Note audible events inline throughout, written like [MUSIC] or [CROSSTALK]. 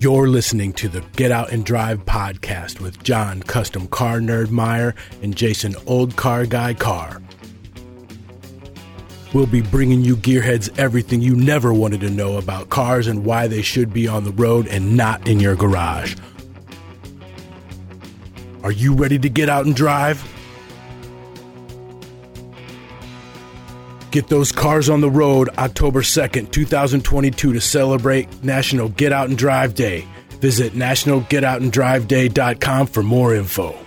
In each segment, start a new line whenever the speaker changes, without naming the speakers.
You're listening to the Get Out and Drive podcast with John Custom Car Nerd Meyer and Jason Old Car Guy Carr. We'll be bringing you gearheads everything you never wanted to know about cars and why they should be on the road and not in your garage. Are you ready to get out and drive? Get those cars on the road October 2nd, 2022 to celebrate National Get Out and Drive Day. Visit nationalgetoutanddriveday.com for more info.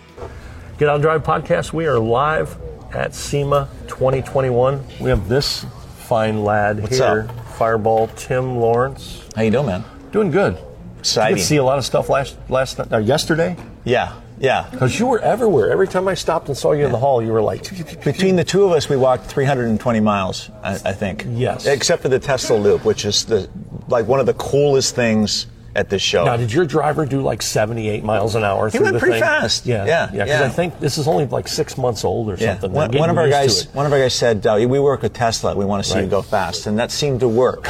Get Out and Drive podcast. We are live at SEMA 2021. We have this fine lad
What's
here,
up?
Fireball Tim Lawrence.
How you doing, man?
Doing good. I
Exciting.
could see a lot of stuff last last night, or yesterday
Yeah, yeah.
because you were everywhere. Every time I stopped and saw you in the hall, you were [LAUGHS] like,
Between the two of us, we walked 320 miles, I, I think.
Yes.
Except for the Tesla Loop, which is the like one of the coolest things at this show.
Now, did your driver do like 78 miles an hour? He through
went
the
pretty
thing?
fast.
Yeah,
Yeah,
yeah. Because
yeah.
I think this is only like six months old or
yeah.
something. They're
One,
getting
one of our
used to
guys,
it.
one of our guys said, uh, "We work with Tesla. We want to see
Right.
you go fast," and that seemed to
[LAUGHS]
work.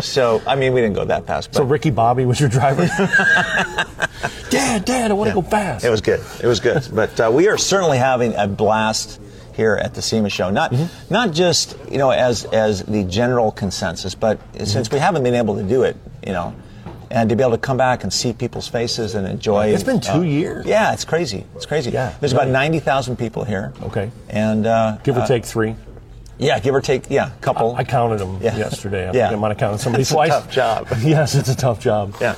so, I mean, we didn't go that fast, but
So Ricky Bobby was your [LAUGHS] driver. Dad, Dad, I want to go fast.
it was good. It was good. but uh, we are certainly having a blast here at the SEMA show. Not
Mm-hmm.
not just you know as as the general consensus, but
Mm-hmm.
since we haven't been able to do it, you know, and to be able to come back and see people's faces and enjoy. uh,
It's been two years.
Yeah, it's crazy. It's crazy.
Yeah.
There's about ninety thousand people here.
Okay.
And uh,
Give or
uh,
take three.
yeah, give or take. Yeah, couple.
I counted them
Yeah.
yesterday. I
Yeah.
think I might have counted somebody
It's a
twice.
tough job.
[LAUGHS] yes, it's a tough job.
yeah.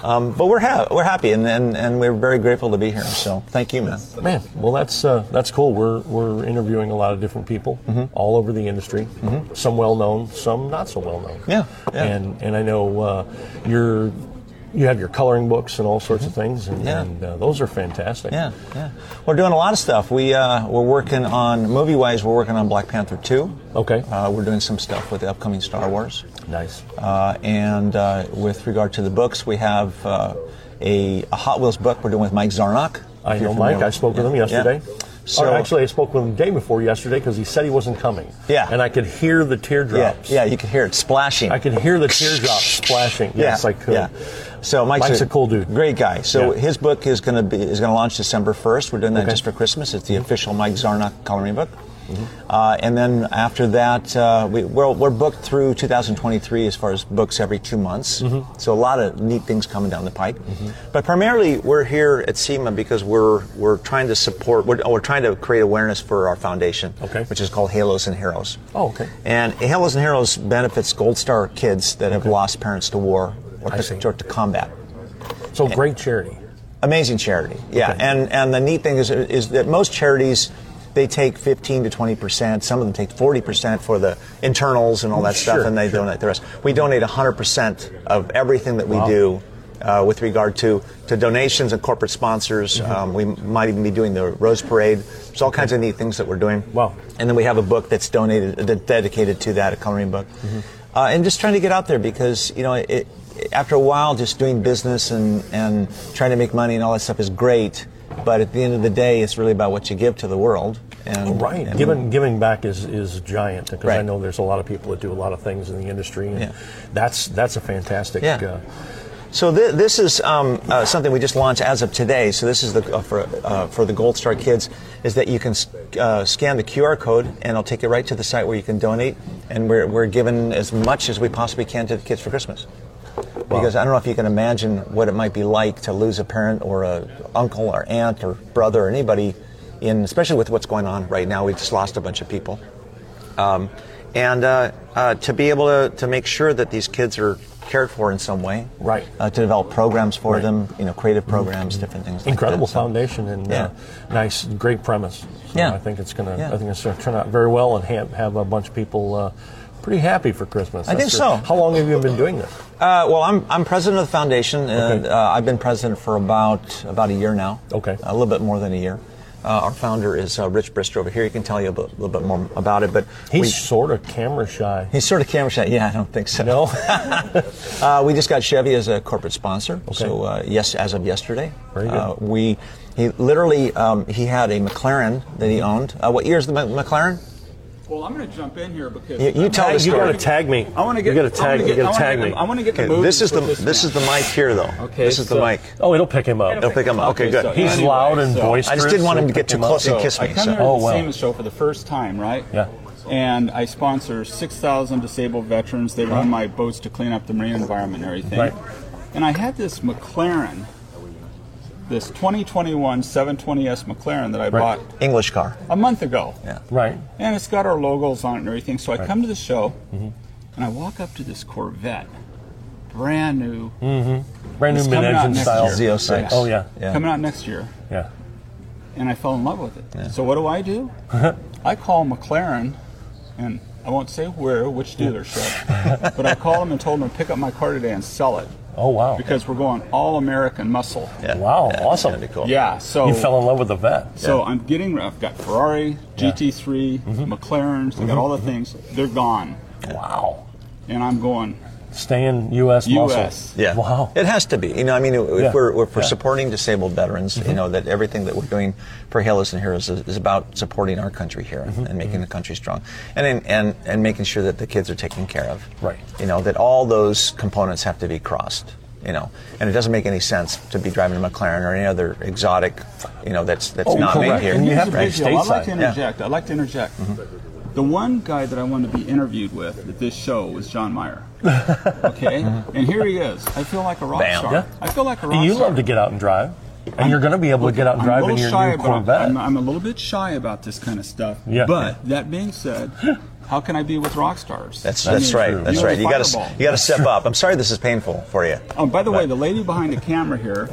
Um, but we're ha- we're happy and, and and we're very grateful to be here. So thank you, man.
Man, well, that's uh, that's cool. We're we're interviewing a lot of different people
Mm-hmm.
all over the industry. Some well known, some not so well known.
Yeah, yeah.
And and I know uh, you're you have your coloring books and all sorts of things, and,
Mm-hmm. Yeah.
and uh, those are fantastic.
Yeah, yeah. We're doing a lot of stuff. We uh, we're working on movie wise. We're working on Black Panther two.
Okay.
Uh, we're doing some stuff with the upcoming Star Wars,
nice.
uh, and uh, with regard to the books, we have uh, a, a Hot Wheels book we're doing with Mike Zarnock.
I
if you're
know Mike.
familiar
I spoke with
yeah,
him yesterday.
yeah.
So
So-
actually, I spoke with him the day before yesterday because he said he wasn't coming.
Yeah.
And I could hear the
Yeah,
teardrops.
yeah, you can hear it splashing.
I could hear the teardrops
[LAUGHS]
splashing. Yes, I could.
Yeah. So Mike's,
Mike's a cool dude.
Great guy. So
Yeah.
his book is going to be is going to launch December first. We're doing that
Okay. Mm-hmm.
just for Christmas. It's the official Mike Zarnock coloring book. Uh, and then after that, uh, we, we're, we're booked through 2023 as far as books every two months.
Mm-hmm.
So a lot of neat things coming down the pike. But primarily, we're here at SEMA because we're we're trying to support. We're, we're trying to create awareness for our foundation,
Okay.
which is called Halos and Heroes.
Oh, okay.
And Heroes and Heroes benefits Gold Star kids that have lost parents to war or
I see.
to, or to combat.
So great charity.
Amazing charity, yeah.
Okay.
And and the neat thing is is that most charities they take 15 to 20 percent. Some of them take 40 percent for the internals and all that
Sure,
stuff, and they
sure.
donate the rest. We donate 100 percent of everything that we do. Uh, with regard to, to donations and corporate sponsors,
Mm-hmm.
um, we might even be doing the Rose Parade. There's all kinds of neat things that we're doing.
Wow.
And then we have a book that's donated, that's dedicated to that, a coloring book.
Mm-hmm.
Uh, and just trying to get out there because, you know, it, after a while, just doing business and, and trying to make money and all that stuff is great. But at the end of the day, it's really about what you give to the world. And,
Oh, Right.
and-
giving giving back is is giant because I
Right.
know there's a lot of people that do a lot of things in the industry, and
Yeah.
that's that's a fantastic.
Yeah.
Uh,
So th- this is um, uh, something we just launched as of today. So this is the, uh, for uh, for the Gold Star kids is that you can s- uh, scan the QR code and it'll take you right to the site where you can donate, and we're we're giving as much as we possibly can to the kids for Christmas. Because I don't know if you can imagine what it might be like to lose a parent or a uncle or aunt or brother or anybody, in especially with what's going on right now. We just lost a bunch of people um, and uh, uh, to be able to, to make sure that these kids are cared for in some way,
Right.
Uh, to develop programs for them, you know, creative programs, different things. like
incredible
that, so.
foundation and
Yeah.
uh, nice, great premise. So
Yeah.
I think it's gonna.
Yeah.
I think it's gonna turn out very well and have, have a bunch of people. Uh, Pretty happy for Christmas.
I think
That's
so.
How long have you been doing this?
Uh, well, I'm, I'm president of the foundation, and
Okay.
uh, I've been president for about about a year now.
Okay.
a little bit more than a year. Uh, our founder is uh, Rich Brister over here. He can tell you a bit- little bit more about it, but
He's
we-
sort of camera
[LAUGHS]
shy.
he's sort of camera shy. Yeah, I don't think so.
No,
[LAUGHS] Uh, we just got Chevy as a corporate sponsor. So
Okay.
uh, yes, as of yesterday,
Very good.
Uh, we he literally um, he had a McLaren that he owned. Uh, what year is the Mc- McLaren?
Well, I'm going to jump in here because
You- you tell the
You got
story.
to tag me.
I want to get.
You got to tag. You got to tag me.
I want to get the
Okay,
mood.
this is the
with
this,
match.
is the mic here though.
Okay,
This is the
so-
mic.
Oh, it'll pick him
It'll
up.
It'll pick him up. Okay,
so
good.
He's
Anyway,
loud and
so-
boisterous.
I just didn't want him to
It'll
get
pick
too
him up.
close and kiss
I
me.
come here
So.
to
Oh,
the
wow.
Seamus show for the first time, right?
Yeah.
And I sponsor 6,000 disabled veterans. They run my boats to clean up the marine environment and everything.
Right.
And I had this McLaren, this 2021 720S McLaren that I
Right.
bought
English car.
a month ago.
Right.
And it's got our logos on it and everything. So I come to the show
Mm-hmm.
and I walk up to this Corvette, brand new,
Brand new
It's
mid
coming out
engine
next
style.
year.
Z06.
Right. Oh yeah.
Yeah.
coming out next year.
Yeah.
and I fell in love with it. So what do I
[LAUGHS]
do? I call McLaren, and I won't say where, which
[LAUGHS]
dealership, but I called them and told them to pick up my car today and sell it
Oh wow.
because we're going all American muscle.
Yeah.
Wow,
Yeah,
awesome.
that'd be cool.
Yeah. So
You fell in love with the vet.
so I'm getting. I've got Ferrari, GT3,
Mm-hmm.
McLarens. I got all the things. They're gone,
Wow.
and I'm going.
Staying U.S.
US.
muscle.
Yeah.
Wow.
It has to be. You know, I mean, if
Yeah.
we're, if we're
Yeah. Mm-hmm.
supporting disabled veterans, you know, that everything that we're doing for Halos and Heroes is, is about supporting our country here
Mm-hmm.
and making the country strong and, and, and, and making sure that the kids are taken care of.
Right.
You know, that all those components have to be crossed. You know, and it doesn't make any sense to be driving a McLaren or any other exotic, you know, that's that's
Oh,
not
correct.
made here.
And you
Here's
have
the
to
big
be
deal. I'd like to
stateside.
Yeah.
interject. I'd like to interject. The one guy that I wanted to be interviewed with at this show was John
[LAUGHS]
Mayer. Okay, and here he is. I feel like a rock
Bam.
star.
Yeah.
I feel like a rock
You
star.
love to get out and drive, and you're going to be able to get out and
I'm a
drive in
little
your
shy
new
about-
Corvette.
I'm, I'm a little bit shy about this kind of stuff.
Yeah.
But that being
[GASPS]
said, how can I be with rock stars?
That's
I
that's
mean,
right. That's
you're
right.
the
You got to
fireball.
you got to step up. I'm sorry this is painful for you.
Oh, by the way, the lady behind the camera here,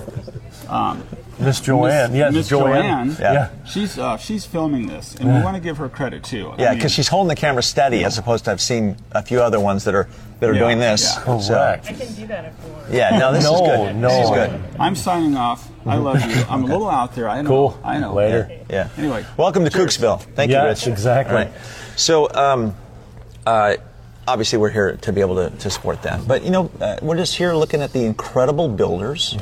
Miss Joanne. yes,
Miss
Joanne.
Joanne.
Yeah.
Yeah.
she's uh, she's filming this, and we want to give her credit too. I
Yeah,
mean,
because she's holding the camera steady, as opposed to I've seen a few other ones that are that are
Yeah,
doing this.
yeah.
So-
Correct.
I can do that if you want.
yeah, no, this
No,
is good.
no.
This is good.
I'm signing off. I love you. I'm a little out there. I know.
Cool.
I know.
Later.
Yeah.
Anyway.
welcome to Cooksville. Thank you,
Yes,
Rich.
exactly.
All right. So, um, uh, obviously, we're here to be able to, to support that. But you know, uh, we're just here looking at the incredible builders,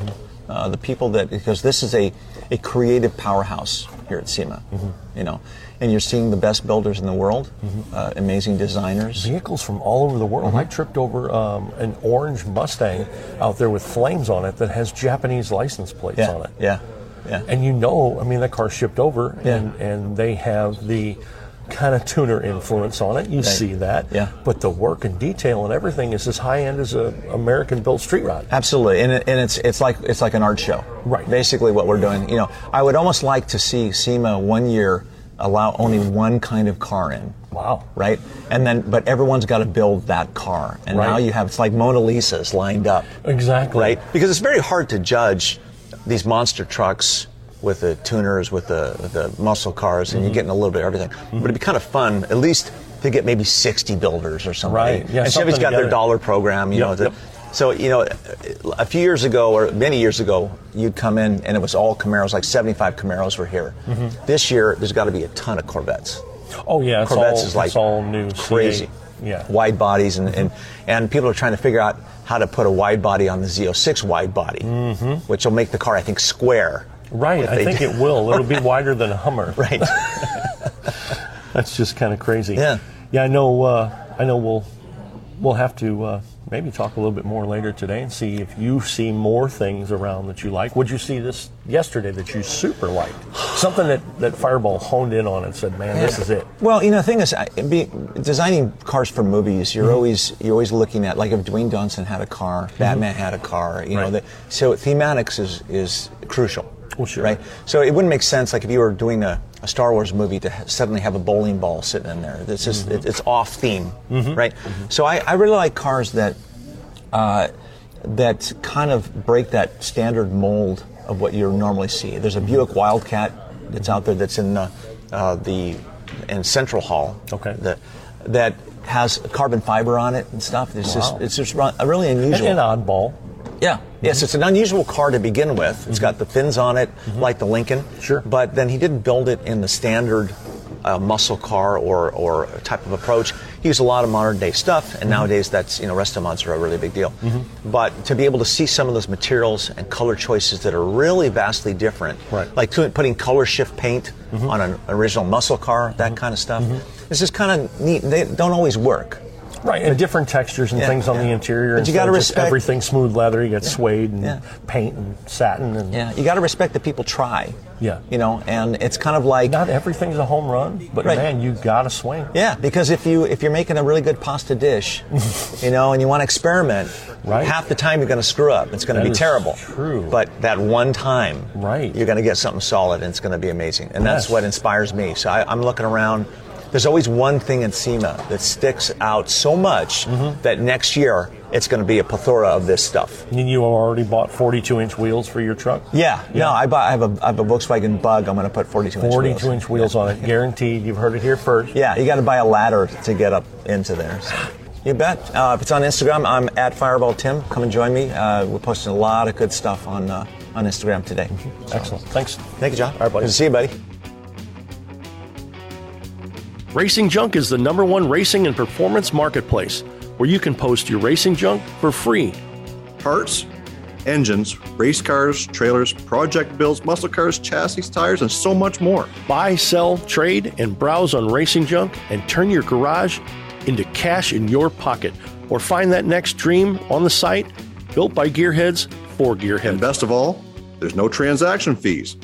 uh, the people that because this is a a creative powerhouse here at SEMA. You know, and you're seeing the best builders in the world, uh, amazing designers.
Vehicles from all over the world. I tripped over um, an orange Mustang out there with flames on it that has Japanese license plates
Yeah,
on it.
yeah, yeah.
And you know, I mean, that car shipped over,
Yeah.
and, and they have the kind of tuner influence on it. You see that.
Yeah.
But the work and detail and everything is as high end as a American built street rod.
Absolutely, and, it, and it's it's like it's like an art show.
Right.
Basically, what we're doing. You know, I would almost like to see SEMA one year allow only one kind of car in.
Wow.
Right. And then, but everyone's got to build that car, and now
Right. Uh,
you have it's like Mona Lisa's lined up.
Exactly.
Right. Because it's very hard to judge these monster trucks with the tuners, with the with the muscle cars, and you're getting a little bit of everything.
Mm-hmm.
But it'd be kind of fun, at least to get maybe 60 builders or something.
Right. Yeah,
and Chevy's
something
got their
together.
dollar program, you
Yep,
know. that-
yep.
So you know, a few years ago or many years ago, you'd come in and it was all Camaros. Like 75 Camaros were here.
Mm-hmm.
This year, there's got to be a ton of Corvettes.
Oh, yeah. It's
Corvettes
all,
is like
it's all new. C8.
crazy.
Yeah.
Wide bodies and, and and people are trying to figure out how to put a wide body on the Z06 wide body,
Mm-hmm.
which will make the car I think square.
Right.
if
I
they
think
do-
it will. It'll [LAUGHS] be wider than a Hummer.
Right.
[LAUGHS] That's just kind of crazy.
Yeah.
Yeah, I know. Uh, I know. We'll we'll have to uh, maybe talk a little bit more later today and see if you see more things around that you like. Would you see this yesterday that you super liked? Something that that Fireball honed in on and said, "Man, this is it."
Well, you know, the thing is, I, be, designing cars for movies,
Mm-hmm.
you're always you're always looking at like if Dwayne Johnson had a car, Batman had a car, you know.
Right.
That, so thematics is is crucial.
Well, sure.
Right. So it wouldn't make sense like if you were doing a, a Star Wars movie to ha- suddenly have a bowling ball sitting in there. This
Mm-hmm.
is it, it's off theme, right? So I, I really like cars that uh, that kind of break that standard mold of what you normally see. There's a Buick Wildcat that's out there that's in the, uh, the in Central Hall.
Okay.
That, that has carbon fiber on it and stuff. It's just
Wow.
it's just ru- a really
And
unusual.
an oddball.
Yeah. Yes, it's an unusual car to begin with. It's got the fins on it, like the Lincoln.
Mm-hmm. Sure.
But then he didn't build it in the standard uh, muscle car or, or type of approach. use a lot of modern day stuff,
Mm-hmm.
and nowadays that's you know restaurants are a really big deal. But to be able to see some of those materials and color choices that are really vastly different,
Right. Mm-hmm.
like to- putting color shift paint on an original muscle car, that kind of stuff. It's just kind of neat. They don't always work.
Right, and different textures and
Yeah,
things on
yeah.
the interior.
But you
instead
gotta
of just
respect-
everything smooth leather. You got suede and
yeah.
paint and satin and
Yeah, you got to respect that people try.
Yeah.
you know, and it's kind of like
not everything's a home run. But
Right.
man, you gotta swing.
Yeah, because if you if you're making a really good
[LAUGHS]
pasta dish, you know, and you want to experiment,
Right.
half the time you're going to screw up. It's going
That
to be
is
terrible.
true.
But that one time,
Right.
you're going to get something solid, and it's going to be amazing. And that's
Yes.
what inspires me. So I, I'm looking around. There's always one thing in SEMA that sticks out so much
Mm-hmm.
that next year it's going to be a plethora of this stuff.
And you already bought 42 inch wheels for your truck.
Yeah, no, I, bought, I, have a, I have a Volkswagen Bug. I'm going to put 42 inch
42
wheels.
inch wheels on it, guaranteed. You've heard it here first.
Yeah, you got to buy a ladder to get up into there. so. You bet. Uh, if it's on Instagram, I'm at Fireball Tim. Come and join me. Uh, we're posting a lot of good stuff on uh, on Instagram today.
Excellent. Thanks.
Thank you, John.
All right, buddy.
Good to see you, buddy.
Racing Junk is the number one racing and performance marketplace where you can post your racing junk for free.
parts, engines, race cars, trailers, project builds, muscle cars, chassis, tires, and so much more.
Buy, sell, trade, and browse on Racing Junk and turn your garage into cash in your pocket. Or find that next dream on the site built by gearheads for
And
gearheads.
best of all, there's no transaction fees.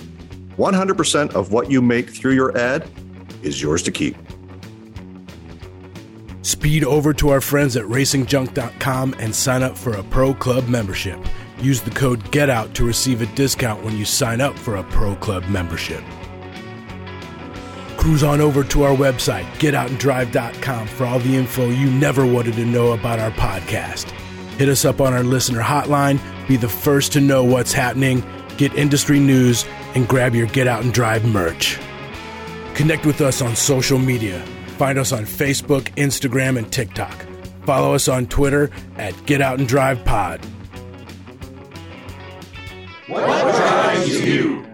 100% of what you make through your ad is yours to keep.
Speed over to our friends at racingjunk.com and sign up for a Pro Club membership. Use the code GETOUT to receive a discount when you sign up for a Pro Club membership. Cruise on over to our website, getoutanddrive.com, for all the info you never wanted to know about our podcast. Hit us up on our listener hotline, be the first to know what's happening, get industry news, and grab your Get Out and Drive merch. Connect with us on social media. Find us on Facebook, Instagram, and TikTok. Follow us on Twitter at Get Out and Drive Pod.
What drives you?